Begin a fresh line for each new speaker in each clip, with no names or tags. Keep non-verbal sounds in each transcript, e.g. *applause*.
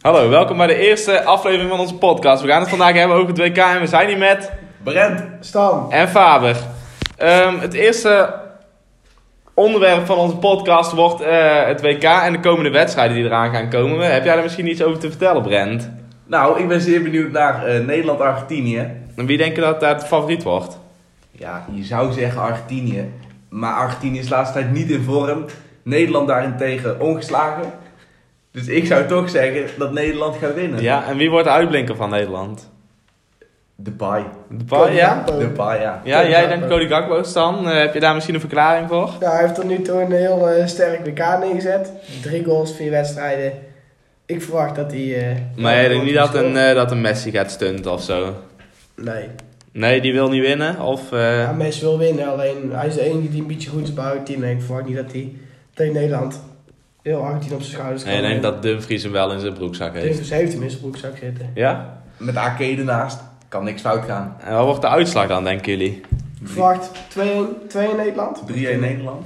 Hallo, welkom bij de eerste aflevering van onze podcast. We gaan het vandaag hebben over het WK en we zijn hier met
Brent.
Stan.
en Faber. Ehm, het eerste onderwerp van onze podcast wordt eh, het WK en de komende wedstrijden die eraan gaan komen. Heb jij daar misschien iets over te vertellen, Brent?
Nou, ik ben zeer benieuwd naar eh, Nederland-Argentinië.
En wie denk je dat daar het favoriet wordt?
Ja, je zou zeggen Argentinië. Maar Argentinië is de laatste tijd niet in vorm. Nederland daarentegen ongeslagen. Dus ik zou toch zeggen dat Nederland gaat winnen.
Ja, en wie wordt de uitblinker van Nederland?
De paai.
De Bar, ja?
De paai, ja.
Ja, jij denkt Cody Gakbo, Stan. Eh, heb je daar misschien een verklaring voor?
Ja, hij heeft tot nu toe een heel eh, sterk WK neergezet. Drie goals, vier wedstrijden. Ik verwacht dat hij... eh,
Maar jij denkt niet dat een,
scoort.
eh, dat een Messi gaat stunten of zo?
Nee.
Nee, die wil niet winnen? Of... eh,
Ja, Messi wil winnen, alleen hij is de enige die een beetje goed is bij het team. En ik verwacht niet dat hij tegen Nederland heel hard op zijn schouders kan.
Nee, ik denk dat Dumfries hem wel in zijn broekzak heeft.
Dumfries heeft hem in zijn broekzak zitten.
Ja?
Met Arcade ernaast kan niks fout gaan.
En wat wordt de uitslag dan, denken jullie? 3
Ik verwacht 2-1 2-1 Nederland.
3-1 Nederland.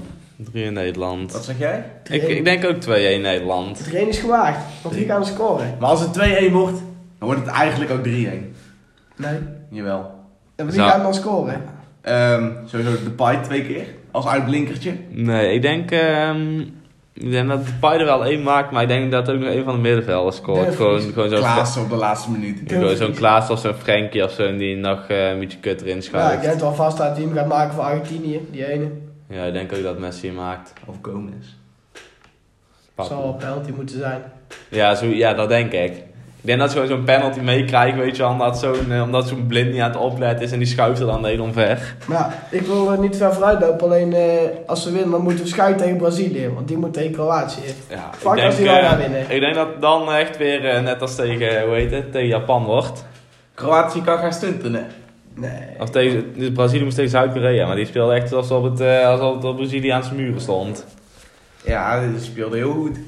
in Nederland.
Wat zeg jij?
Ik, ik denk ook 2-1 Nederland.
3-1 is gewaagd, want wie gaan scoren?
Maar als het 2-1 wordt, dan wordt het eigenlijk ook 3-1.
Nee.
Jawel.
En wie
Zou-
gaan dan scoren?
Ehm sowieso de paai twee keer. Als uitblinkertje.
Nee, ik denk, ehm, ik denk dat Depay er wel één maakt, maar ik denk dat ook nog een van de middenvelders scoort.
Dumfries.
Gewoon, gewoon zo'n
Klaas op de laatste minuut.
Fra- gewoon zo'n
Dumfries.
Klaas of zo'n Frenkie of zo die nog eh, een beetje kut erin
Ja, ik
schuift.
denk het wel vast dat hij hem gaat maken voor Argentinië, die ene.
Ja, ik denk ook dat Messi hem maakt.
Of Gomez.
Het zal wel een penalty moeten zijn.
Ja, zo, ja, dat denk ik. Ik denk dat ze gewoon zo'n penalty meekrijgen, weet je wel, omdat zo'n eh, omdat zo'n blind niet aan het opletten is en die schuift er dan helemaal weg.
Maar ja, ik wil er niet ver vooruit lopen. Alleen eh, als we winnen, dan moeten we schuiven tegen Brazilië. Want die moet tegen Kroatië.
Ja, ik
Fuck
denk,
als die wel
eh,
gaan winnen.
Ik denk dat dan echt weer, eh, net als tegen, eh, hoe heet het, tegen Japan wordt.
Kroatië kan gaan stunten, hè?
Nee.
Of tegen, dus Brazilië moest tegen Zuid-Korea, maar die speelde echt alsof het, eh, alsof het op Braziliaanse muren stond.
Ja, die speelde heel goed.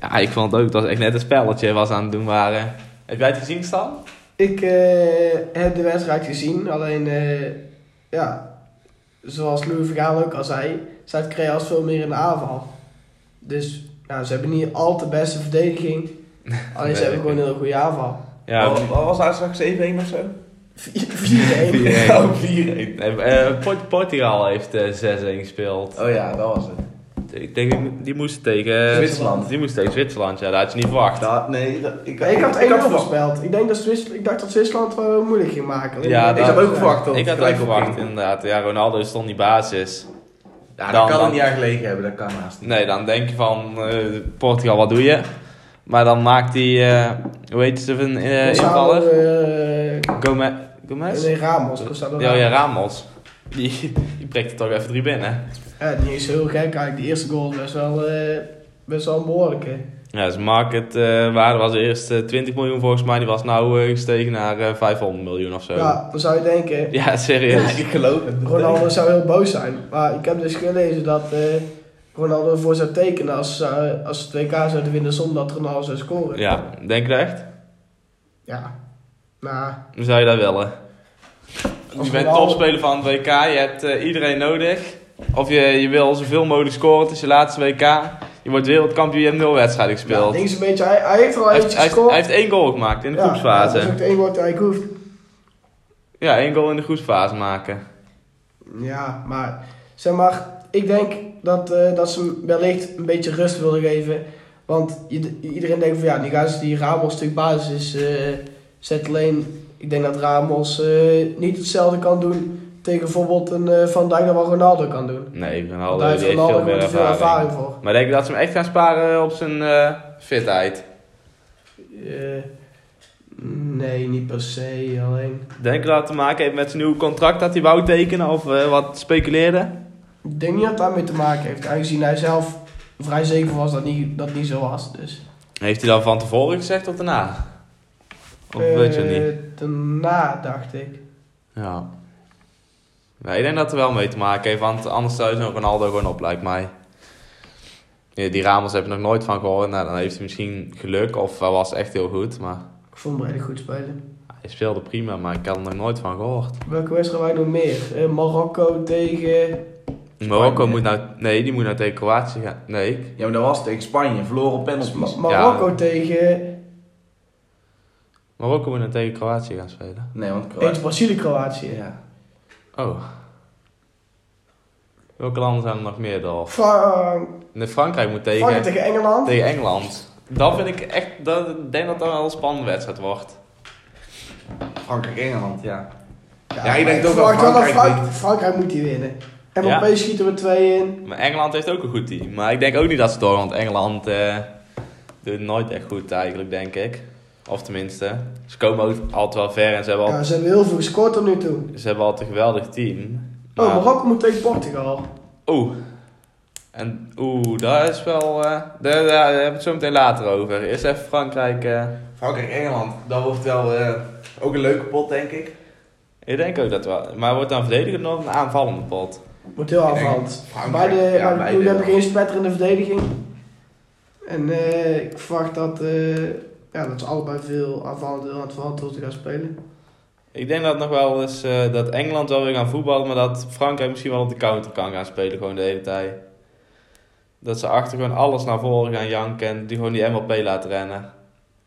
Ja, ik vond het ook, dat was echt net een spelletje was aan het doen waren. Heb jij het gezien, Stan?
Ik eh, heb de wedstrijd gezien. Alleen, eh, ja, zoals Louis Vergaal ook al zei, Zuid-Korea was veel meer in de aanval. Dus ja, ze hebben niet al te beste
*laughs*
verdediging. Alleen ze
Nee.
hebben gewoon een heel goede aanval.
Ja,
Oh.
Wat, wat was de uitslag 7-1 of zo?
*laughs*
4-1.
Nee.
*laughs* Oh, 4-1.
eh, eh, Port- Portugal heeft eh, 6-1 gespeeld.
Oh ja, dat was het.
Ik denk, die- die moest tegen...
Zwitserland.
Die moest tegen Zwitserland, Eh, ja, dat had je niet verwacht.
Dat, nee, dat, ik,
ik had 1-0
verwacht.
voorspeld. Ik, denk dat Zwits- ik dacht dat Zwitserland het wel moeilijk ging maken. Alleen
Ja,
ik
Ik
denk
had
dat-
ook verwacht dat
ik had
het
het ook
gelijk
verwacht,
opging.
inderdaad. Ja, Ronaldo stond die basis.
Ja,
Dan-
dat kan
dan-
er niet aan gelegen hebben, dat kan haast niet.
Nee, dan denk je van eh, Portugal, wat doe je? Maar dan maakt die, eh, hoe heet ze van eh
Gonzalo,
invaller?
eh,
Gome- Gomez?
Nee, Ramos. Gonzalo
Ja,
Ramos.
ja, Ramos. Die, die prikt er toch even drie binnen.
Ja, niet eens heel gek eigenlijk. Die eerste goal was best wel, eh, best wel een behoorlijke.
Ja, dus market eh, waarde was eerst eh, 20 miljoen volgens mij. Die was nou eh, gestegen naar eh, 500 miljoen of zo. Ja,
Ja, dan zou je denken,
serieus.
ik geloof het.
Ronaldo zou heel boos zijn. Maar ik heb dus gelezen dat eh, Ronaldo ervoor zou tekenen als, ze- als ze 2K zouden winnen zonder dat Ronaldo zou scoren.
Ja, denk je dat echt?
Ja. Nou,
Zou je dat willen?
Als nou-
Je bent
Ronaldo-
topspeler van het WK, je hebt eh, iedereen nodig. Of je, je wil zoveel mogelijk scoren, het is je laatste WK. Je wordt wereldkampioen, je hebt nul wedstrijden
ja,
gespeeld.
denk eens een beetje, hij, hij heeft er al
hij, heeft,
eventjes
hij, heeft,
gescoord.
hij heeft één goal gemaakt in de
Ja,
groepsfase. Ja,
Ja, dat is ook het enige wat hij hoeft.
één goal in de groepsfase maken.
Ja, maar zeg maar, ik denk dat, eh, dat ze hem wellicht een beetje rust wilden geven. Want ied- iedereen denkt van ja, die gaat die Ramos stuk basis is, eh, zet alleen. Ik denk dat Ramos eh, niet hetzelfde kan doen tegen bijvoorbeeld een eh, Van Dijk dan wat Ronaldo kan doen.
Nee,
Want
Ronaldo
Daar heeft
die heeft veel
Ronaldo
meer
gewoon te veel
ervaring.
ervaring voor.
Maar denk je dat ze hem echt gaan sparen op zijn eh, fitheid?
Eh, nee, niet per se, alleen.
Denk je dat het te maken heeft met zijn nieuwe contract dat hij wou tekenen of eh, wat speculeerde?
Ik denk niet dat het daarmee te maken heeft, aangezien hij zelf vrij zeker was dat niet, dat niet zo was. Dus.
Heeft hij dan van tevoren gezegd of daarna? Of
Eh,
weet je het niet?
Daarna dacht ik.
Ja. Nee, ik denk dat het er wel mee te maken heeft, want anders zou je zo'n Ronaldo gewoon op, lijkt mij. Ja, die Ramos heb ik nog nooit van gehoord. Nou, dan heeft hij misschien geluk of hij was echt heel goed, maar
Ik vond hem redelijk goed spelen.
hij speelde prima, maar ik had er nog nooit van gehoord.
Welke wedstrijd waren er nog meer? Eh, Marokko tegen...
Marokko moet nou, nee, die moet nou tegen Kroatië gaan. Nee,
Ja, maar dat was tegen Spanje. Verloren op penalties.
Ma- Marokko tegen...
Marokko moet dan tegen Kroatië gaan spelen.
Nee, want Kroatië...
Eens Brazilië-Kroatië.
Ja.
Oh. Welke landen zijn er nog meer dan?
Fra-
Nee, Frankrijk moet tegen,
Frankrijk tegen Engeland.
tegen Engeland. Dat vind ik echt... Dat, ik denk dat dat wel een spannende wedstrijd wordt.
Frankrijk-Engeland, ja. Ja, ik
maar
denk ook wel
verwacht wel dat
Frankrijk
Frank- Frankrijk moet die winnen. En
Ja.
opeens schieten we twee in.
Maar Engeland heeft ook een goed team. Maar ik denk ook niet dat ze door, want Engeland eh, doet het nooit echt goed eigenlijk, denk ik. Of tenminste, ze komen ook altijd wel ver en ze hebben, al,
Ja, ze hebben heel veel gescoord tot nu toe.
ze hebben altijd een geweldig team.
Oh,
Maar-
Marokko moet tegen Portugal.
Oeh. En oeh, daar is wel. eh, daar, daar, daar hebben we het zo meteen later over. Eerst even Frankrijk. eh.
Frankrijk-Engeland, dat wordt wel eh, ook een leuke pot, denk ik.
ik denk ook dat wel. Maar wordt dan verdedigend of een aanvallende pot?
Wordt
Ik
heel
denk
aanvallend.
Frankrijk,
Beide,
ja,
ja,
beide
beide hebben
wel.
geen spetterende verdediging. En eh, ik verwacht dat, eh, ja, dat ze allebei veel aanvallende aan het verantwoord gaan spelen.
Ik denk dat nog wel eens eh, dat Engeland wel weer gaan voetballen, maar dat Frankrijk misschien wel op de counter kan gaan spelen gewoon de hele tijd. Dat ze achter gewoon alles naar voren gaan janken en die gewoon die MLP laten rennen.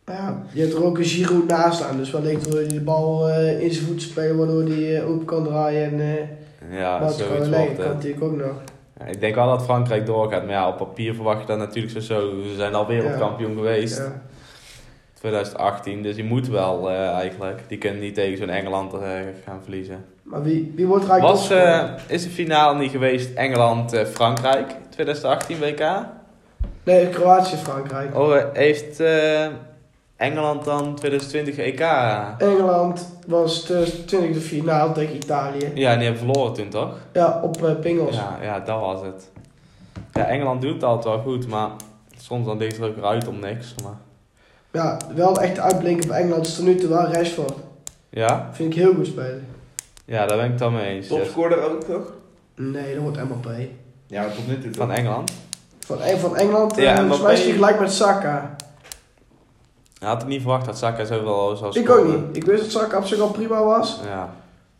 Maar Ja, je hebt er ook een Giroud naast staan, dus wellicht wil je die bal eh, in zijn voet spelen, waardoor hij open kan draaien. En eh
Ja,
Wout
zoiets
Kroon- nee,
wordt
kan
het.
natuurlijk ook nog.
Ja, ik denk wel dat Frankrijk doorgaat, maar ja, op papier verwacht je dat natuurlijk sowieso. Ze zijn al wereldkampioen geweest.
Ja.
2018, dus die moet wel eh, eigenlijk. Die kunnen niet tegen zo'n Engeland eh, gaan verliezen.
Maar wie, wie wordt er eigenlijk
Was, eh, is de finale niet geweest Engeland-Frankrijk eh, 2018 WK?
Nee, Kroatië-Frankrijk.
Oh, eh, heeft eh, Engeland dan E 2020 EK? Ja,
Engeland was 2020 de finale tegen Italië.
en die hebben verloren toen toch?
Ja, op eh, Pingels.
Ja, ja, dat was het. Ja, Engeland doet het altijd wel goed, maar soms dan ligt het ook eruit om niks. Maar...
Ja, wel echt uitblinken voor Engeland is tot nu toe wel Rashford.
Ja?
Vind ik heel goed spelen.
ja, daar ben ik het dan mee eens. Yes.
Topscorer ook, toch?
Nee, dat wordt Mbappé.
Ja, tot nu toe. toch?
Van Engeland.
Van, Eng- van Engeland,
Ja,
ja, volgens mij is hij
Mbappé.
gelijk met Saka.
Hij had ik niet verwacht dat Saka zoveel zou
Ik ook
scoren.
niet. Ik wist dat Saka op zich al prima was.
Ja.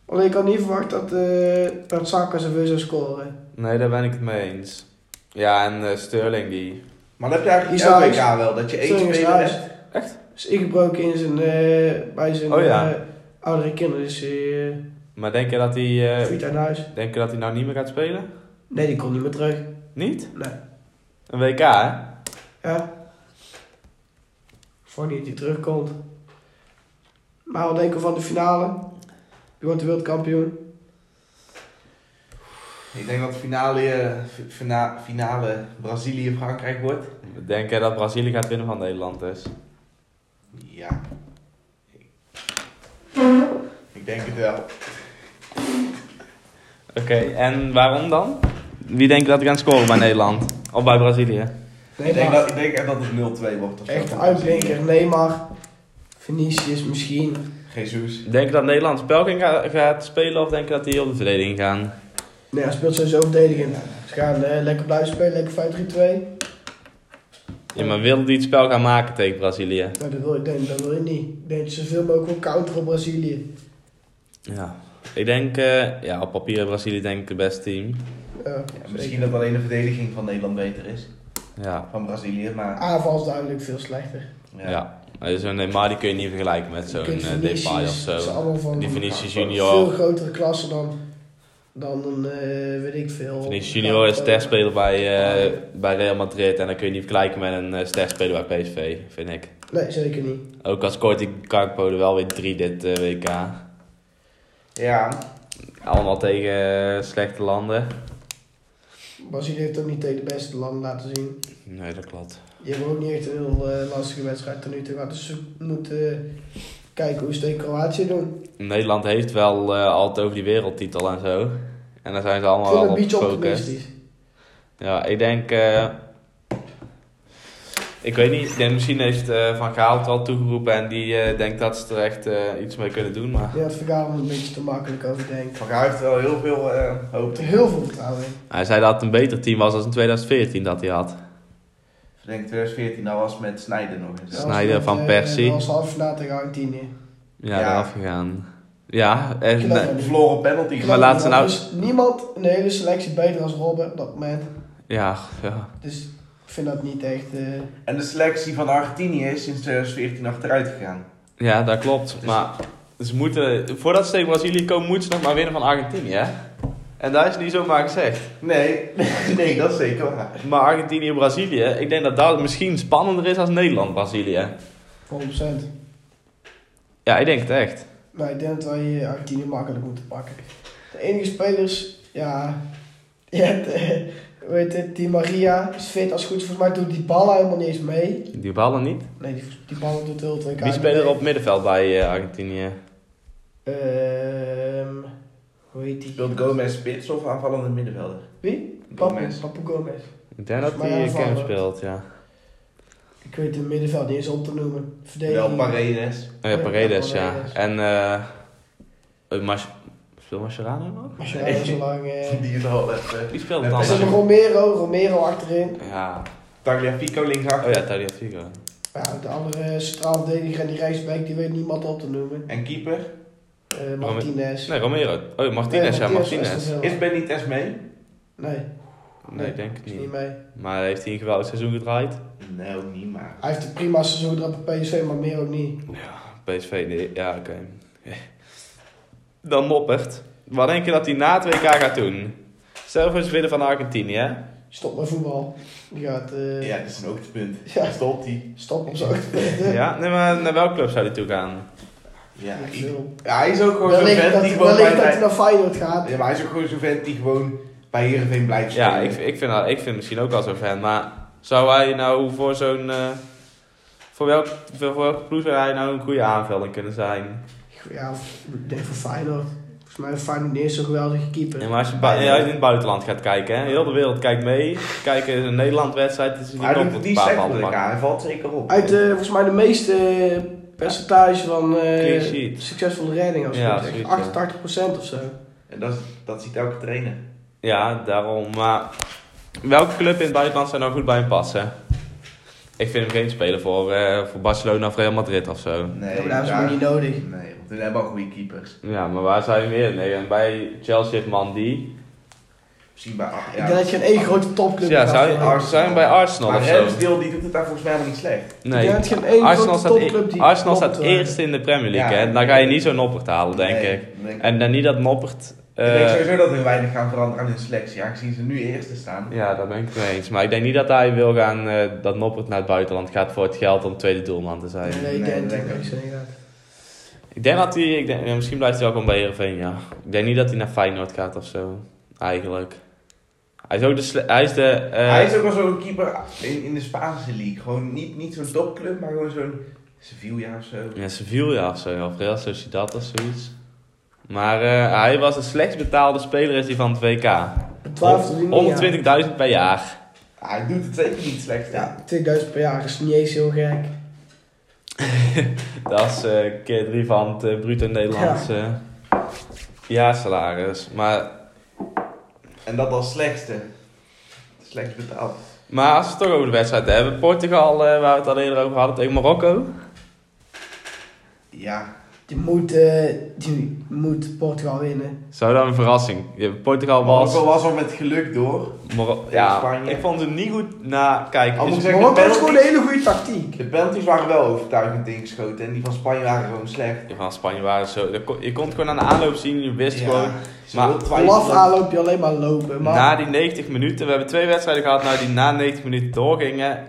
Alleen ik had niet verwacht dat, eh dat Saka zoveel zou scoren.
Nee, daar ben ik het mee eens. Ja, en eh, Sterling die...
Maar dat heb je eigenlijk
Isaac.
elk WK wel, dat je één
Sterling is
speler
eruit.
hebt.
Echt?
Is ingebroken in zijn, eh, bij zijn
Oh ja.
eh, oudere kinderen. Dus hij eh
Maar denk je dat hij... eh,
fiet uit huis.
denk je dat hij nou niet meer gaat spelen?
Nee, die komt niet meer terug.
Niet?
Nee.
Een WK, hè?
Ja. Voor niet dat hij terugkomt. Maar wat denken we van de finale? Wie wordt de wereldkampioen?
Ik denk dat de finale, eh, fi- fina- finale Brazilië-Frankrijk wordt.
Denk je dat Brazilië gaat winnen van Nederland dus?
Ja. Ik denk het wel.
Oké, en waarom dan? Wie denk je dat hij gaat scoren bij Nederland? Of bij Brazilië?
Ik denk,
Neymar.
dat, ik denk echt dat het 0-2 wordt. Of zo
Echt
van
uitblinker. Neymar. Vinicius misschien.
Brazilië. Jesus.
Denk je dat Nederland spel ging ga- gaat spelen of denk je dat die op de verdediging gaan?
Nee, hij speelt sowieso verdedigend. Ze gaan eh, lekker blijven spelen. Lekker 5-3-2.
Ja, maar wil die het spel gaan maken tegen Brazilië?
Nou, dat wil ik denk, dat wil je niet. Ik denk dat je zoveel mogelijk wil counteren op Brazilië.
Ja. Ik denk, eh, ja, op papier is Brazilië denk ik het beste team.
Ja,
Ja,
zeker.
misschien dat alleen de verdediging van Nederland beter is.
Ja.
Van Brazilië, maar...
Aanval is duidelijk veel slechter.
Ja. Maar zo'n Neymar die kun je niet vergelijken met zo'n
kunt
eh, Depay of
Vinicius, ze
zo.
allemaal van
Die Vinicius
veel
Junior.
grotere klasse dan, dan een, eh, weet ik veel.
Vinicius Junior is
Ja,
sterspeler bij, eh, bij Real Madrid. En dan kun je niet vergelijken met een eh, sterspeler bij PSV, vind ik.
Nee, zeker niet.
Ook als scoort die Gakpo er wel weer drie dit eh, WK.
Ja,
Allemaal tegen eh, slechte landen.
Brazilië heeft ook niet tegen de beste landen laten zien.
Nee, dat klopt.
Die hebben ook niet echt een heel eh, lastige wedstrijd tot nu toe gehad. Dus ze moeten eh, kijken hoe ze tegen Kroatië doen.
Nederland heeft wel eh, altijd over die wereldtitel en zo. En daar zijn ze
Ik
allemaal
vind het
wel
een
op
beetje
gefocust.
optimistisch.
Ja, ik denk. eh, ik weet niet, ik denk, misschien heeft eh, Van Gaal het wel toegeroepen en die eh, denkt dat ze er echt eh, iets mee kunnen doen. Maar
Ja, het vergaan een beetje te makkelijk over denken.
Van Gaal heeft wel heel veel eh, hoop.
Ik heb er heel veel vertrouwen in.
hij zei dat het een beter team was dan in 2014 dat hij had.
Ik denk 2014, dat was met Snijden nog eens.
Ja. Sneijder van Persie.
eh, Als half na tegen Argentinië.
Ja,
Ja.
eraf gegaan. Ja, en,
Knap.
nee,
We verloren op penalty.
Maar laat ze nou-
Dus niemand in de hele selectie beter als Robben op dat moment.
ja, ja.
Dus ik vind dat niet echt. eh,
En de selectie van Argentinië is sinds 2014 achteruit gegaan.
Ja, dat klopt. Maar ze moeten, voordat ze tegen Brazilië komen, moeten ze nog maar winnen van Argentinië. Hè? En daar is niet zomaar gezegd.
Nee,
*laughs*
nee, dat is zeker waar.
Maar Argentinië en Brazilië, ik denk dat dat misschien spannender is als Nederland-Brazilië.
100%.
Ja, ik denk het echt.
Maar ik denk dat wij Argentinië makkelijk moeten pakken. De enige spelers, ja. Je hebt, eh, hoe heet het, die Maria is fit als het goed. is. Volgens mij doet die ballen helemaal niet eens mee.
Die ballen niet.
Nee, die, die ballen doet heel twee
Wie spelen er op middenveld bij eh, Argentinië?
Ehm hoe heet die?
Wilt Gomez spits of aanvallende middenvelder?
Wie? Papu
Gomez.
Papu Gomez.
Ik denk dat
Maar
die
ja,
Cam
vallen.
speelt, ja.
Ik weet het middenveld niet eens op te noemen.
Wel
Verdediging.
Paredes.
Oh ja,
Ja,
Paredes,
ja,
ja.
Paredes.
En eh eh, Mas- speelt Mascherano nog?
Als je daar zo lang. eh,
Die is al even.
Wie speelt
Eh,
dan?
Is dat nog Romero? Romero achterin.
Ja.
Tagliafico linksachter.
Oh ja, Taliafico.
Ja, de andere centraal verdediger en die rechtsback, die weet niemand op te noemen.
En keeper.
Eh Martinez.
Nee, Romero. Oh, Martinez, ja,
Nee,
Martinez.
Martinez.
Is Benitez mee?
Nee,
Nee, ik denk het
is niet
niet.
mee.
Maar heeft hij een geweldig seizoen gedraaid?
Nee, ook Nou, niet maar.
Hij heeft een prima seizoen gedaan bij PSV, maar meer ook niet.
PSV, nee. Ja, oké. Dan moppert. Wat denk je dat hij na het WK gaat doen? Stel voor ze winnen van Argentinië, hè?
Stop met voetbal. Die gaat... eh
Ja, dat is een hoogtepunt.
Ja.
Stopt hij.
Stop op zo.
Ja, nee, maar naar welke club zou hij toe gaan?
Ja,
Niet
ik-
veel.
ja, hij is ook gewoon zo'n
Wellicht
vent
dat,
die gewoon
wellicht
bij...
dat hij naar Feyenoord gaat.
Ja, maar hij is ook gewoon zo'n vent die gewoon bij Heerenveen blijft spelen.
Ja, ik, ik, vind, dat- ik vind misschien ook wel zo'n fan. Maar zou hij nou voor zo'n... eh, voor, welk, voor, voor welke ploeg zou hij nou een goede aanvulling kunnen zijn?
Ja, ik denk voor Feyenoord. Volgens mij heeft Feyenoord niet eens zo'n geweldige keeper.
Ja, maar als je, bui- ja, als je in het buitenland gaat kijken, hè? heel de wereld kijkt mee. Kijken in een Nederland-wedstrijd, is hij
Maar hij
niet
doet
op
het
een
niet
paar
slecht
ballen
met
pakken.
elkaar. Hij valt zeker op.
Uit eh, volgens mij de meeste eh, percentage van eh,
Clean sheet.
succesvolle redding. Als je
Ja,
het zegt.
zoiets,
88% of zo.
En dat, dat ziet elke trainer.
Ja, daarom. Maar welke club in het buitenland zou nou goed bij hem passen? Ik vind hem geen speler voor, eh, voor Barcelona of Real Madrid of zo.
Nee,
Ja, maar dat is gewoon niet nodig.
Nee, want we hebben al goede keepers.
Ja, maar waar zou je meer? Nee, bij Chelsea heeft Mandy.
Misschien bij... Ja,
ik denk dat je een één grote topclub
Ja,
gaat
zou
vinden.
je, zou je hem bij Arsenal
Maar
of zo?
Ramsdale die doet het daar volgens mij nog niet slecht.
Ik
Nee.
denk dat je één
Arsenal
grote
staat, e-
topclub die
Arsenal
klopt,
staat
eh,
eerst in de Premier League,
Ja.
hè? Dan ga je niet zo'n noppert halen, denk
Nee,
ik.
nee.
En dan niet dat noppert...
ik
eh,
denk sowieso dat er weinig gaan veranderen aan hun selectie, aangezien ze nu eerste staan.
ja, daar ben ik het mee eens. Maar ik denk niet dat hij wil gaan eh, dat noppert naar het buitenland gaat voor het geld om tweede doelman te zijn.
Nee,
Nee,
ik
dat
denk
denk
het
ik
niet.
ook.
inderdaad.
Ik denk dat hij, ik denk, ja, misschien blijft hij wel gewoon bij Heerenveen, ja. Ik denk niet dat hij naar Feyenoord gaat of zo, eigenlijk. Hij is ook de, sle- hij is de, eh,
Hij is ook wel zo'n keeper in, in de Spaanse league. Gewoon niet, niet zo'n topclub, maar gewoon zo'n Sevilla of zo.
ja, Sevilla of zo, of Real Sociedad of zoiets. Maar eh, hij was de slechtst betaalde speler is hij van het WK.
Betwijfeld of niet, ja.
120.000 per jaar.
Hij doet het zeker niet slecht.
Ja, 2000 per jaar is niet eens heel gek.
Dat is eh, keer drie van het eh, bruto Nederlands eh, jaarsalaris. Maar,
En dat als slechtste. Slecht betaald.
maar als we het toch over de wedstrijd hebben. Portugal, eh, waar we het al eerder over hadden, tegen Marokko.
Ja.
Die moet, eh, die moet Portugal winnen.
Zou dat een verrassing? Ja, Portugal was...
Marokko was al met geluk door.
Moro-
Tegen
ja,
Spanje.
ik vond ze niet goed Dus- na... Kijk,
Al
is-
moet ik zeggen,
Marokko
de
is gewoon een
penalties,
hele goede tactiek.
de penalties waren wel overtuigend ingeschoten. En die van Spanje waren gewoon slecht.
die van Spanje waren zo... je kon- Je kon het gewoon aan de aanloop zien, je wist gewoon... maar-
maar
Laf aanloop je alleen maar lopen. Maar
Na die 90 minuten, we hebben twee wedstrijden gehad nou, die na 90 minuten doorgingen.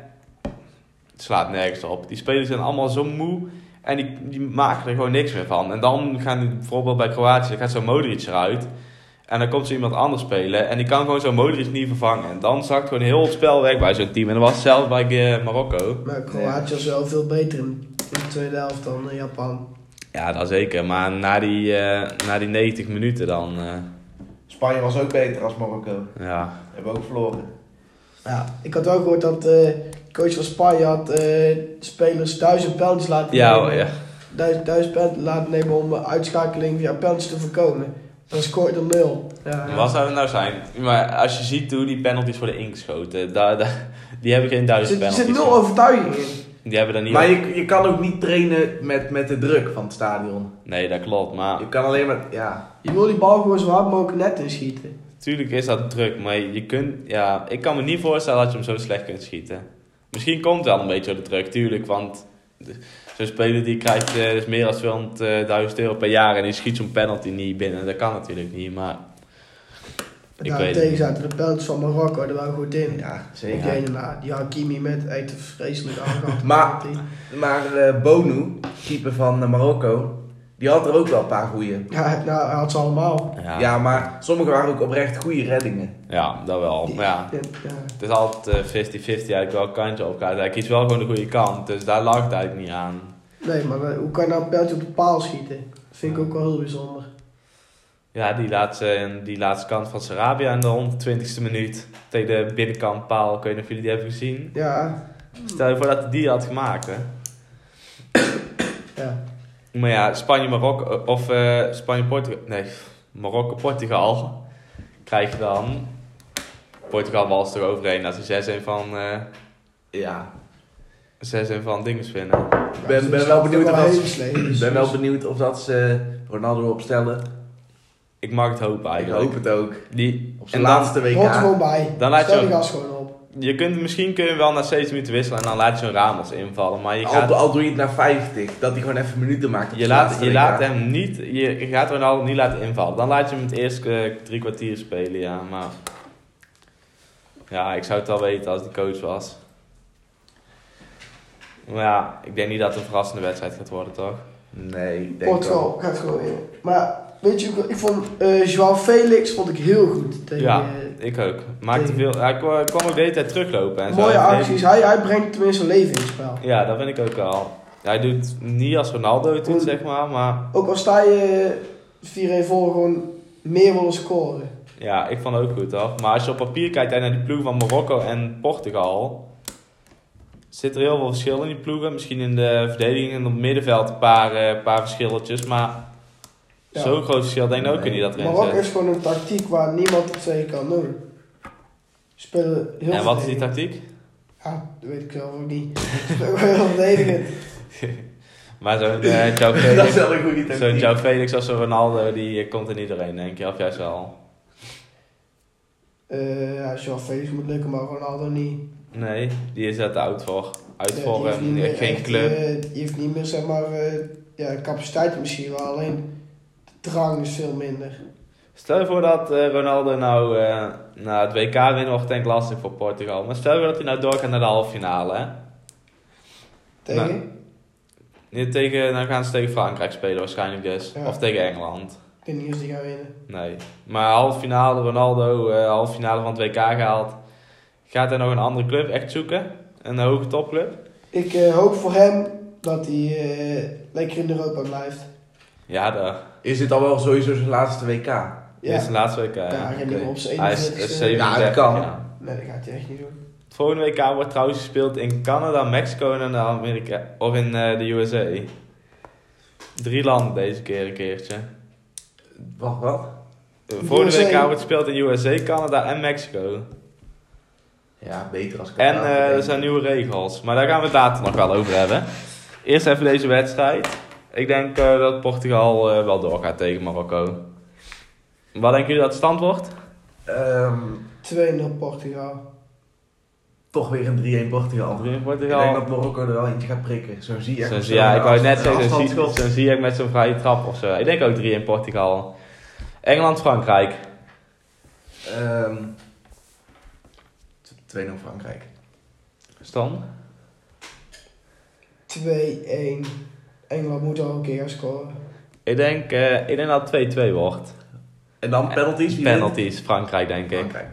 Het slaat nergens op. Die spelers zijn allemaal zo moe en die, die maken er gewoon niks meer van. En dan gaan die bijvoorbeeld bij Kroatië, dan gaat zo'n Modric eruit. En dan komt zo iemand anders spelen en die kan gewoon zo'n Modric niet vervangen. En dan zakt gewoon heel het spel weg bij zo'n team. En dat was zelfs bij eh, Marokko.
Maar Kroatië was wel veel beter in in de tweede helft dan eh, Japan.
Ja, dat zeker. Maar na die, eh, na die 90 minuten dan, eh,
Spanje was ook beter als Marokko.
ja,
Hebben we ook verloren.
Ja, ik had ook gehoord dat eh, de coach van Spanje had eh, spelers duizend penalties laten
Ja, oh,
nemen.
ja.
Duizend, duizend penalties laten nemen om eh, uitschakeling via penalties te voorkomen. Dan scoort er nul. Ja, ja.
Wat zou het nou zijn? Maar als je ziet hoe die penalties worden ingeschoten, daar, daar- die hebben geen
Er
duizend
zit, er
penalties.
zit nul overtuiging in.
Die hebben daar niet.
Maar je, je kan ook niet trainen met, met de druk van het stadion.
Nee, dat klopt. Maar
Je kan alleen maar... Ja.
Je wil die bal gewoon zo hard mogelijk net inschieten.
natuurlijk is dat druk. Maar je kunt, ja, ik kan me niet voorstellen dat je hem zo slecht kunt schieten. Misschien komt het wel een beetje door de druk, tuurlijk. Want Zo'n speler die krijgt eh, dus meer dan 200.000 euro per jaar en die schiet zo'n penalty niet binnen. Dat kan natuurlijk niet, maar Ik
Nou,
weet het
tegen
niet.
zaten de penalties van Marokko er wel goed in.
Ja,
Die
zeker.
ene na, die Hakimi met echt een vreselijk
*laughs*
aangehad.
Maar- Maar eh, Bonu, keeper van eh, Marokko, die had er ook wel een paar goeie.
Ja, nou, hij had ze allemaal.
ja,
Ja.
ja.
maar sommige waren ook oprecht goede reddingen.
dat wel.
Oh,
Die-
Maar ja,
Ja, ja.
het is altijd eh, 50-50 eigenlijk wel kantje op elkaar. Hij kiest wel gewoon de goede kant, dus daar lag het eigenlijk niet aan.
Nee, maar eh, hoe kan je nou een pijltje op de paal schieten? Vind ik ook wel heel bijzonder.
Ja, die laatste, die laatste kant van Sarabia in de 120ste minuut tegen de binnenkant paal. Ik weet niet of jullie die hebben gezien.
Ja,
Stel je voor dat hij die had gemaakt, hè.
ja.
Maar ja, Spanje-Marokko of eh, Spanje-Portugal. Nee, Marokko-Portugal krijg je dan. Portugal was er overheen dat ze 6-1 van, eh
Ja.
6-1 van dinges vinden.
Ik ben,
dus
ben wel benieuwd of dat ze-
Ik
ik ben wel benieuwd of dat ze Ronaldo opstellen.
Ik mag het hopen
Ik
eigenlijk.
hoop het ook.
Die,
Op
en
zijn
dan,
laatste
Hoort er
WK.
gewoon bij.
Dan laat je
Stel
ook-
die gas gewoon op.
je kunt, misschien kun je wel na 7 minuten wisselen en dan laat je zo'n Ramos invallen. Maar je,
Al,
gaat,
al doe je het naar 50, dat hij gewoon even minuten maakt. op
je,
zijn
laat,
laatste
je
WK.
laat hem niet, je, je gaat Ronaldo niet laten invallen. Dan laat je hem het eerste eh, drie kwartier spelen, ja. Maar ja, ik zou het wel weten als die coach was. Maar ja, ik denk niet dat het een verrassende wedstrijd gaat worden, toch?
Nee, ik denk wel.
Portugal gaat gewoon in. Maar weet je, ik vond eh João Felix vond ik heel goed. Tegen,
Ja.
eh,
Ik ook. Maakte
Tegen-
veel, hij kwam kwam ook de hele tijd teruglopen en zo.
mooie
Hij-
acties. Hij, hij brengt tenminste een leven in het spel.
Ja, dat vind ik ook wel. Hij doet niet als Ronaldo het doet, zeg maar, maar...
Ook al sta je 4-1 voor, gewoon meer willen scoren.
Ja, ik vond het ook goed af. Maar als je op papier kijkt en naar die ploeg van Marokko en Portugal, zit er heel veel verschil in die ploegen. Misschien in de verdediging en op het middenveld een paar, eh, paar verschilletjes, maar
Ja.
zo'n groot verschil denk ik ook
Nee.
niet dat erin
Marokko
zit.
heeft gewoon een tactiek waar niemand op tegen kan doen. Ze Spelen heel
En wat is die
verdedigend.
tactiek?
Ja, dat weet ik zelf ook niet. *laughs* Ze spelen gewoon heel verdedigend.
Maar zo'n
*laughs*
eh João
*laughs* Dat is
Felix,
wel een goede tactiek.
zo'n João Felix of zo'n Ronaldo, die eh, komt in iedereen, denk je. Of juist wel.
Eh ja, João Felix moet lukken, maar Ronaldo niet.
Nee, die is er te oud voor. Uit
Ja,
voor
die heeft
hem,
niet meer
geen
echt,
club.
eh, die heeft niet meer, zeg maar, eh, ja, capaciteit misschien wel, alleen de drang is veel minder.
Stel je voor dat eh, Ronaldo nou eh, na het WK winnen wordt denk ik lastig voor Portugal. Maar stel je voor dat hij nou doorgaat naar de halve finale. Hè?
Tegen?
Nou. Nu tegen, dan gaan ze tegen Frankrijk spelen waarschijnlijk dus.
Ja.
Of tegen Engeland.
Ik weet niet of die gaan winnen.
Nee. Maar halve finale, Ronaldo, eh halve finale van het WK gehaald. Gaat hij nog een andere club echt zoeken? Een hoge topclub?
Ik eh, hoop voor hem dat hij eh, lekker in Europa blijft.
Ja, dat
Is dit al wel sowieso zijn laatste WK?
Dit is
Ja,
de laatste WK. hè?
daar
oké.
rennen we op zijn
Hij is,
41ste.
is
Ja,
37.
dat kan.
ja.
Nee, dat gaat hij echt niet doen.
Het volgende WK wordt trouwens gespeeld in Canada, Mexico en Amerika. Of in eh, de USA. Drie landen deze keer een keertje.
Wacht, wat?
Het volgende
USA.
WK wordt gespeeld in USA, Canada en Mexico.
Ja, beter als
En
Qatar,
eh,
denk
er
ik.
zijn nieuwe regels. Maar daar gaan we het later nog wel over hebben. Eerst even deze wedstrijd. Ik denk eh, dat Portugal eh, wel doorgaat tegen Marokko. Wat denken jullie dat het stand wordt?
Ehm,
2-0 Portugal.
toch weer een 3-1 Portugal.
Drie in
Ik denk
Portugal.
dat Marokko er wel eentje gaat prikken. Zo zie je
Zo zie- ja, ik wou net zeggen, zo
zo'n
zie- zo zie ik met zo'n vrije trap of zo. Ik denk ook drie in Portugal. Engeland, Frankrijk.
2-0 Ehm, Frankrijk.
Stan?
2-1. Engeland moet al een keer gaan scoren.
Ik denk, eh, ik denk dat het 2-2 wordt.
En dan penalties? Wie wint?
Penalties, Frankrijk denk ik.
Frankrijk.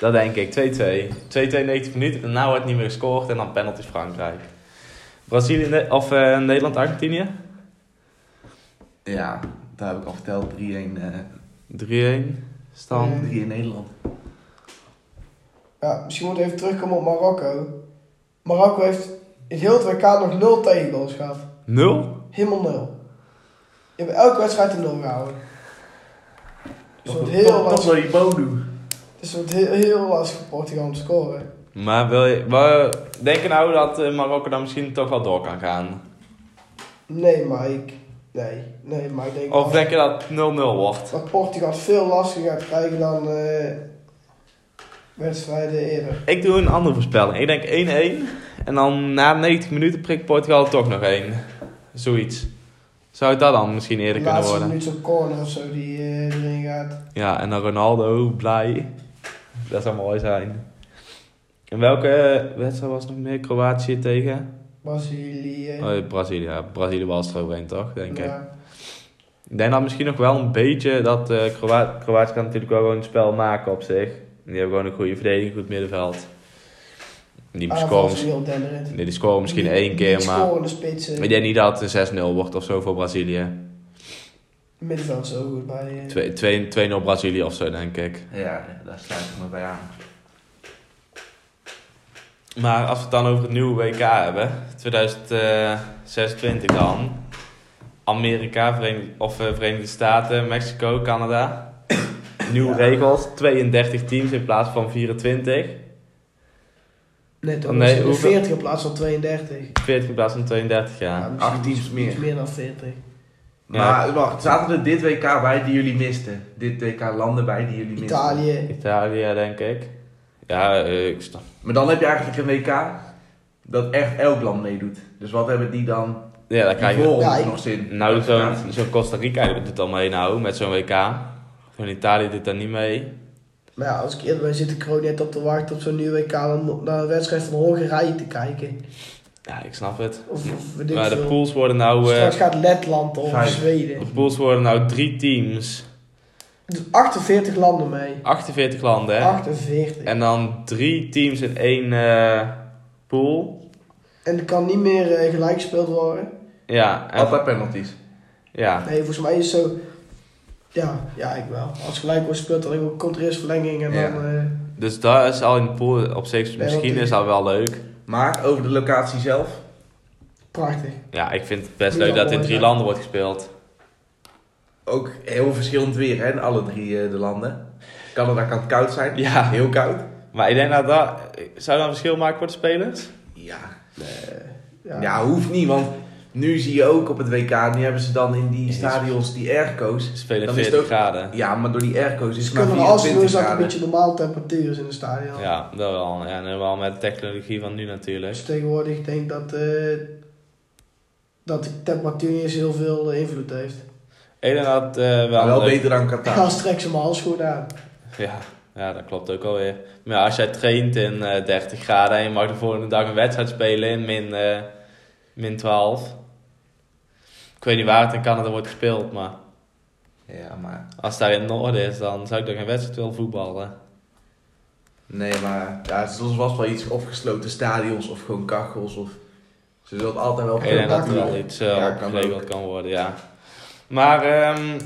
Dat denk ik, 2-2. 2-2 90 minuten, daarna wordt niet meer gescoord en dan penalties Frankrijk. Brazilië, Ne- of eh, Nederland, Argentinië?
Ja, daar heb ik al verteld. 3-1 eh,
3-1. Stan?
3-1 Nederland.
Ja, misschien moet ik even terugkomen op Marokko. Marokko heeft in heel het WK nog 0 tegengoals gehad.
0?
Helemaal nul. Je hebt elke wedstrijd een nul gehouden. Dus het wordt
Toch-
heel
toch
lastig,
door die Bodu.
dus het wordt heel, heel lastig voor Portugal om te scoren.
Maar wil je... Maar, denk je nou dat eh, Marokko dan misschien toch wel door kan gaan?
Nee, maar ik... Nee, nee, maar ik denk
Of
dat,
denk je dat het 0-0 wordt?
dat Portugal het veel lastiger gaat krijgen dan eh, wedstrijden eerder.
Ik doe een andere voorspelling. Ik denk 1-1 En dan na 90 minuten prikt Portugal er toch nog één. Zoiets. Zou het dat dan misschien eerder kunnen
laatste
worden?
minuut zo'n corner of zo die eh, erin gaat.
Ja, en dan Ronaldo, blij. Dat zou mooi zijn. En welke eh, wedstrijd was nog meer? Kroatië tegen?
Brazilië.
Oh, Brazilië. Ja, Brazilië was er overheen, toch? Denk ik.
Ja.
Ik denk dat misschien nog wel een beetje dat eh, Kroa- Kroatië kan natuurlijk wel gewoon een spel maken op zich. Die hebben gewoon een goede verdediging, goed middenveld. Die
Aanval
scoren,
is
mis-
heel denderend.
nee, die scoren misschien
Ah, Die-
één keer,
die
maar
scorende spitsen.
ik denk niet dat het een 6-0 wordt of zo voor Brazilië.
Middenveld is ook goed bij. eh,
Twee- twee- 2-0 Brazilië of zo, denk ik.
Ja, daar sluit ik me bij aan.
Maar als we het dan over het nieuwe WK hebben, 2026 dan. Amerika, Verenigde, of eh, Verenigde Staten, Mexico, Canada. Nieuwe
Ja.
regels, 32 teams in plaats van 24.
Net ook.
Nee,
Nee,
hoeveel-
40 in plaats van 32.
40 in plaats van 32 jaar.
misschien
acht teams
iets
meer.
meer dan 40.
Ja.
Maar wacht, zaten er dit WK bij die jullie misten? Dit WK landen bij die jullie misten?
Italië.
Italië, denk ik. Ja, eh, ik snap.
Maar dan heb je eigenlijk een WK dat echt elk land meedoet. Dus wat hebben die dan
Ja, daar
die
krijg je.
voor ons
Ja, ik-
nog zin?
Nou, zo'n zo'n Costa Rica doet het al mee, nou, met zo'n WK. Zo'n Italië doet daar niet mee.
Maar ja, als ik eerlijk ben, zit ik gewoon net op te wachten op zo'n nieuw WK om naar een wedstrijd van Hongarije te kijken.
Ja, ik snap het.
Of, of weet ik
Maar de
veel.
pools worden nou. eh,
Straks gaat Letland of
Vijf.
de
Zweden.
pools worden nou drie teams.
Er doen 48 landen mee.
48 landen, hè?
48. En,
En dan drie teams in één eh, pool.
er kan niet meer eh, gelijk gespeeld worden.
Ja, en,
Altijd penalties.
ja.
Nee, volgens mij is zo... Ja, ja, ik wel. Als gelijk wordt gespeeld, dan denk ik, komt er eerst verlenging en
Ja.
dan... eh,
Dus daar is al in de pool op zich.
want
Misschien
die-
is dat wel leuk.
Maar over de locatie zelf.
prachtig.
Ja, ik vind het best
Die
leuk
zou
dat in
mooi
drie
zijn.
landen wordt gespeeld.
Ook heel verschillend weer hè, in alle drie eh, de landen. Canada kan het koud zijn.
Ja.
Heel koud.
Maar ik denk dat dat... Zou dat een verschil maken voor de spelers?
Ja.
Ja.
Ja. hoeft niet, want nu zie je ook op het WK, nu hebben ze dan in die
Jezus.
stadions die airco's.
Ze spelen
Dan is
40
het ook-
graden.
Ja, maar door die airco's is
Ze
het maar
kunnen er als doen
24
dat het een
graden.
beetje normale temperatuur is in het stadion.
Ja, dat wel. Ja, en helemaal met de technologie van nu natuurlijk.
Dus tegenwoordig ik denk dat, eh, dat de temperatuur niet eens heel veel eh, invloed heeft.
Ik denk dat eh, wel...
Maar wel
leuk-
beter dan
Ik
Qatar.
ga straks mijn handschoenen aan.
Ja, ja, dat klopt ook alweer. Maar ja, als jij traint in eh, 30 graden en je mag de volgende dag een wedstrijd spelen in min, eh, min 12. Ik weet niet waar het in Canada wordt gespeeld, maar
Ja, maar...
als het daar in het noorden is, dan zou ik toch geen wedstrijd willen voetballen.
Nee, maar... Ja, het was vast wel iets of gesloten stadions of gewoon kachels of... Ze zullen het altijd wel...
Ik denk dat er wel
Ja,
iets eh,
Ja, kan
geregeld
ook.
kan worden, ja. Maar ehm,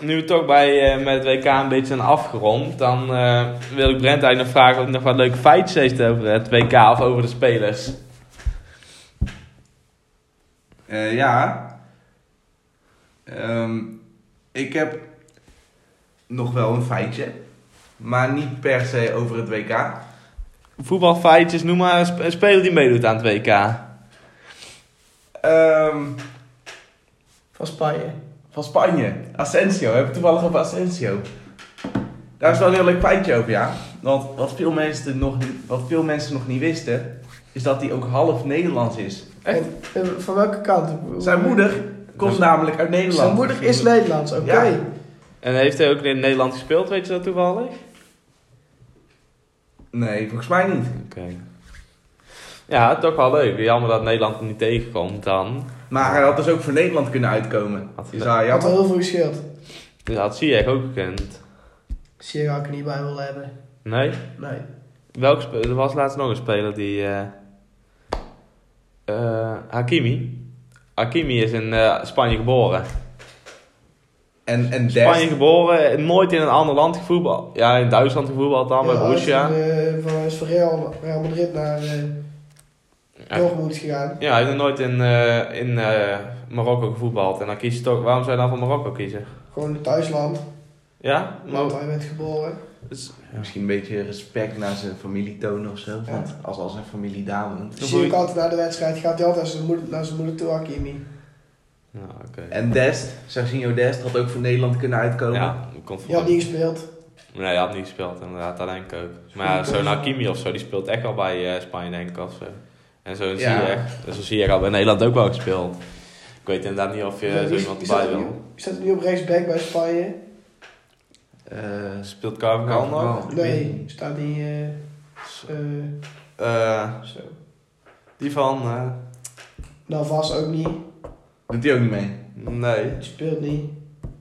nu we toch bij, eh, met het WK een beetje zijn afgerond, dan eh, wil ik Brent eigenlijk nog vragen of hij nog wat leuke feitjes heeft over het WK of over de spelers.
Eh, ja. Ehm, ik heb nog wel een feitje. Maar niet per se over het WK.
Voetbalfeitjes, noem maar een sp- een speler die meedoet aan het WK.
Ehm,
Van Spanje.
van Spanje. Asensio. We hebben toevallig op Asensio. Daar is wel een heel leuk feitje over, ja. Want wat veel mensen nog, niet- wat veel mensen nog niet wisten... is dat hij ook half Nederlands is.
En, eh, van welke kant?
Zijn moeder komt namelijk uit Nederland.
Zijn moeder is Nederlands, oké.
Ja.
En heeft hij ook in Nederland gespeeld, weet je dat toevallig? Oké.
Nee, volgens mij niet.
Ja, toch wel leuk. Jammer dat Nederland er niet tegenkomt dan.
Maar hij had dus ook voor Nederland kunnen uitkomen.
Had
Is daar
Had wel
jammer.
heel veel gescheeld.
Dus dat zie je ook gekend.
Zie je, ga ik er niet bij willen hebben.
Nee?
Nee.
Welk speler? Er was laatst nog een speler die... eh, eh, Hakimi. Hakimi is in eh, Spanje geboren.
En, en
Spanje
Dest.
geboren, eh, nooit in een ander land gevoetbald. Ja, in Duitsland gevoetbald dan, bij
Ja,
Borussia.
Hij is van, eh, van, hij is van Real, Real Madrid naar eh Dortmund gegaan.
Ja, hij heeft nog nooit in, eh, in eh, Marokko gevoetbald. En dan kies je toch... Waarom zou je dan voor Marokko kiezen?
Gewoon het thuisland,
Ja?
waar
Maar,
hij werd geboren.
dus-
Misschien een beetje respect naar zijn familie tonen of zo. Want als al zijn familie daar woont.
Dan
Zie
voel
ik
je-
Dus altijd naar de wedstrijd, gaat hij altijd naar zijn moeder, naar zijn moeder toe, Hakimi.
Nou, oké.
En Dest, Sergio Dest, had ook voor Nederland kunnen uitkomen.
Ja, dat komt
Die had
voor.
niet gespeeld.
Nee, hij had niet gespeeld inderdaad, dat denk ik ook. Maar ja,
Goeie
zo'n
keuze.
Hakimi of zo, die speelt echt wel bij eh, Spanje denk ik of zo. En zo, zie
Ja.
je echt, zo zie je al in Nederland ook wel gespeeld. Ik weet inderdaad niet of je zo iemand erbij wil.
Zet hem niet op rechtsback bij Spanje?
Eh,
Speelt Carvajal nog?
Carvajal.
Nee, staat die... eh, eh,
Eh,
zo.
die van... eh,
Navas ook niet.
Doet hij ook niet mee?
nee,
Die speelt niet.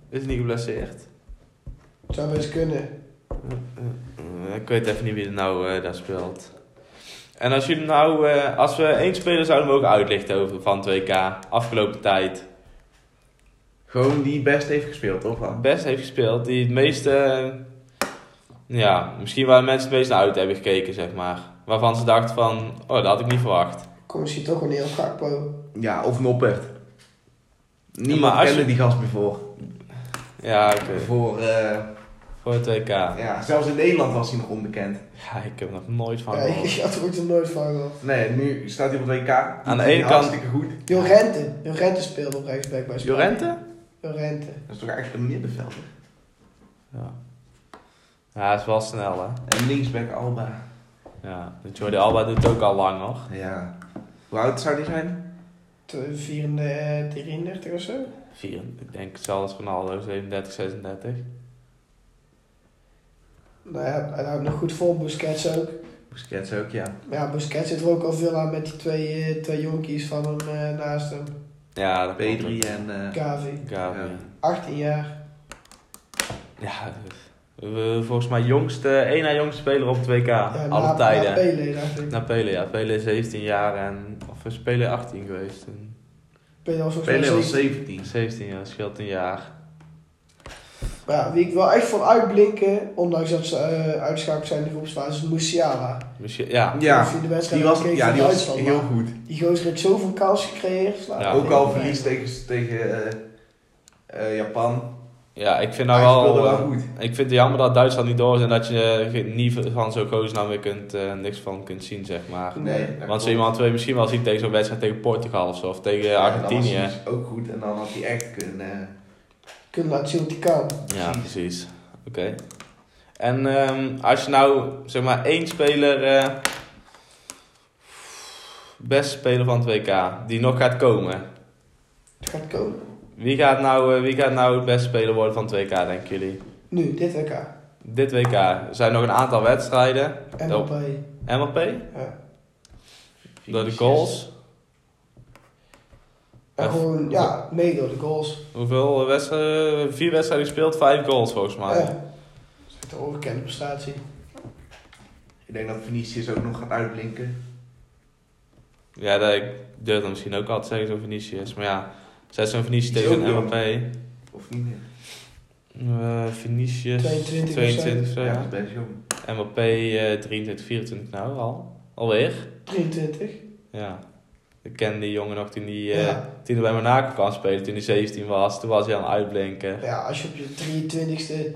is niet geblesseerd.
Zou best kunnen.
Eh, ik weet even niet wie er nou eh, daar speelt. En als jullie nou... eh, als we één speler zouden mogen uitlichten over van 2K afgelopen tijd.
Gewoon die best heeft gespeeld, toch? Aan?
best heeft gespeeld, die het meeste. eh, Ja, misschien waar mensen het meest naar uit hebben gekeken, zeg maar. Waarvan ze dachten van, oh, dat had ik niet verwacht.
Kom misschien toch een heel Gakpo.
Ja, of Noppert.
maar
Niemand
als
kende
je-
die gast meer voor.
Ja, oké.
Voor, eh,
Voor het 2K.
ja, zelfs in Nederland was hij nog onbekend.
Ja, ik heb er nog nooit van
*laughs* Ja, ik
gehoord.
ik had er ook nog nooit van gehoord.
Nee, nu staat hij op het WK.
Aan de ene
Doet hij
kant-
Hartstikke goed.
Jorente. Jorente speelde op rechtsback bij Spanje.
Jorente?
Jorente.
Dat is toch eigenlijk een middenvelder.
Ja. Ja, hij is wel snel, hè.
En linksback Alba.
Ja, de Jordi Alba doet het ook al lang, hoor.
Ja. Hoe oud zou die zijn?
Te- 34, 33 of zo.
Vier, ik denk hetzelfde als Ronaldo, 37, 36.
Nou ja, hij houdt nog goed vol, Busquets ook.
Busquets ook, ja.
Maar ja, Busquets zit er ook al veel aan met die twee, eh, twee jonkies van hem eh, naast hem.
Ja, dat klopt
Pedri
ook.
en... eh,
Gavi.
Gavi.
Ja.
18 jaar.
Ja, dus. we- volgens mij jongste, één na jongste speler op 2K.
Ja,
alle
na,
tijden.
Na Pele, dacht ik.
Na Pele, ja. Pele is 17 jaar en... Of is Pele 18 geweest? En
Pele was ook
Pele was
17.
17.
17 jaar, scheelt een jaar.
Maar ja, wie ik wel echt van uitblinken, ondanks dat ze eh uitschakeld zijn in de groepsfase, is Musiala.
Misschien, ja.
Of
Ja,
je de wedstrijd
die was,
hebt gekeken
ja, die
van
was
Duitsland,
heel
maar
goed.
Die gozer heeft zoveel kans gecreëerd. slaat
Ja.
het
Ook al
niet.
verlies tegen, tegen eh, eh, Japan.
Ja, ik vind
Nou,
nou
hij speelde
wel...
wel
eh,
goed.
Ik vind het jammer dat Duitsland niet door is en dat je eh, ge- niet van zo'n gozer nou weer kunt, eh, niks van kunt zien, zeg maar.
Nee, dat
Want
klopt.
zo iemand wil je misschien wel zien tegen zo'n wedstrijd tegen Portugal of zo, of tegen
Ja, dan was
Argentinië.
hij dus ook goed en dan had hij echt kunnen... eh,
Kunnen laten zien wat hij kan.
Ja, precies. Oké. En ehm, als je nou zeg maar één speler, eh, beste speler van het WK, die nog gaat komen.
Het gaat komen.
Wie gaat nou, eh, wie gaat nou het beste speler worden van het WK, denken jullie?
Nu, dit WK.
Dit WK er zijn nog een aantal wedstrijden.
En
Oh.
op bij.
MLP,
Ja.
door de goals.
En
Ja.
gewoon, ja, mede door de goals.
Hoeveel wedstrijden? Vier wedstrijden gespeeld, vijf goals volgens mij.
Ja. Dat is echt een ongekende prestatie.
Ik denk dat Vinicius ook nog gaat uitblinken.
Ja, dat, ik durf dat misschien ook altijd te zeggen, zo'n Vinicius. Maar ja, zet zo'n Vinicius
Die is
tegen
ook
een
jong.
MLP.
Of niet meer.
eh Vinicius
22 of
22 of zo,
Ja, dat
ja.
is best jong.
MLP eh 23, 24 nou al. Alweer.
23.
Ja. Ik ken die jongen nog toen die, eh
Ja.
toen hij bij Monaco kwam spelen, toen hij 17 was. Toen was hij aan het uitblinken.
Ja, als je op je 23ste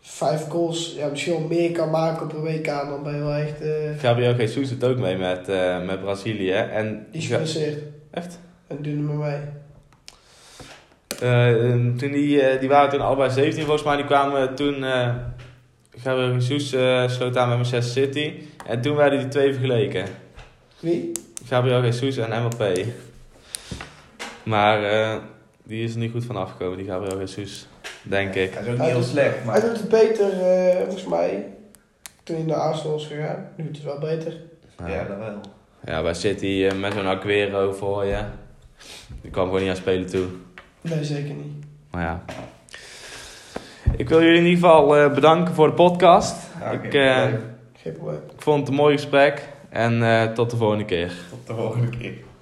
vijf goals, ja, misschien wel meer kan maken op een WK, dan ben je wel echt eh
Gabriel Jesus doet ook mee met, eh, met Brazilië. En eh,
iets geblesseerd.
Echt?
En doe er maar mee.
Eh, ehm, toen die, eh, die waren toen allebei 17 volgens mij. Die kwamen toen... eh Gabriel Jesus eh, sloot aan bij Manchester City. En toen werden die twee vergeleken.
Wie?
Gabriel Jesus en MLP. Maar eh, die is er niet goed van afgekomen, die Gabriel Jesus. Denk ik.
Hij is ook niet
Hij
heel
doet-
slecht,
Hij
maar...
doet het beter, eh, volgens mij, toen hij naar Arsenal is gegaan. Nu doet hij het wel beter.
Ja, dat wel.
Ja, bij City eh, met zo'n Aguero voor je. Die kwam gewoon niet aan spelen toe.
Nee, zeker niet.
Maar ja. Ik wil jullie in ieder geval eh, bedanken voor de podcast.
Ja, oké,
ik, eh,
leuk.
Geen probleem.
ik vond het een mooi gesprek. En eh, tot de volgende keer.
Tot de volgende keer.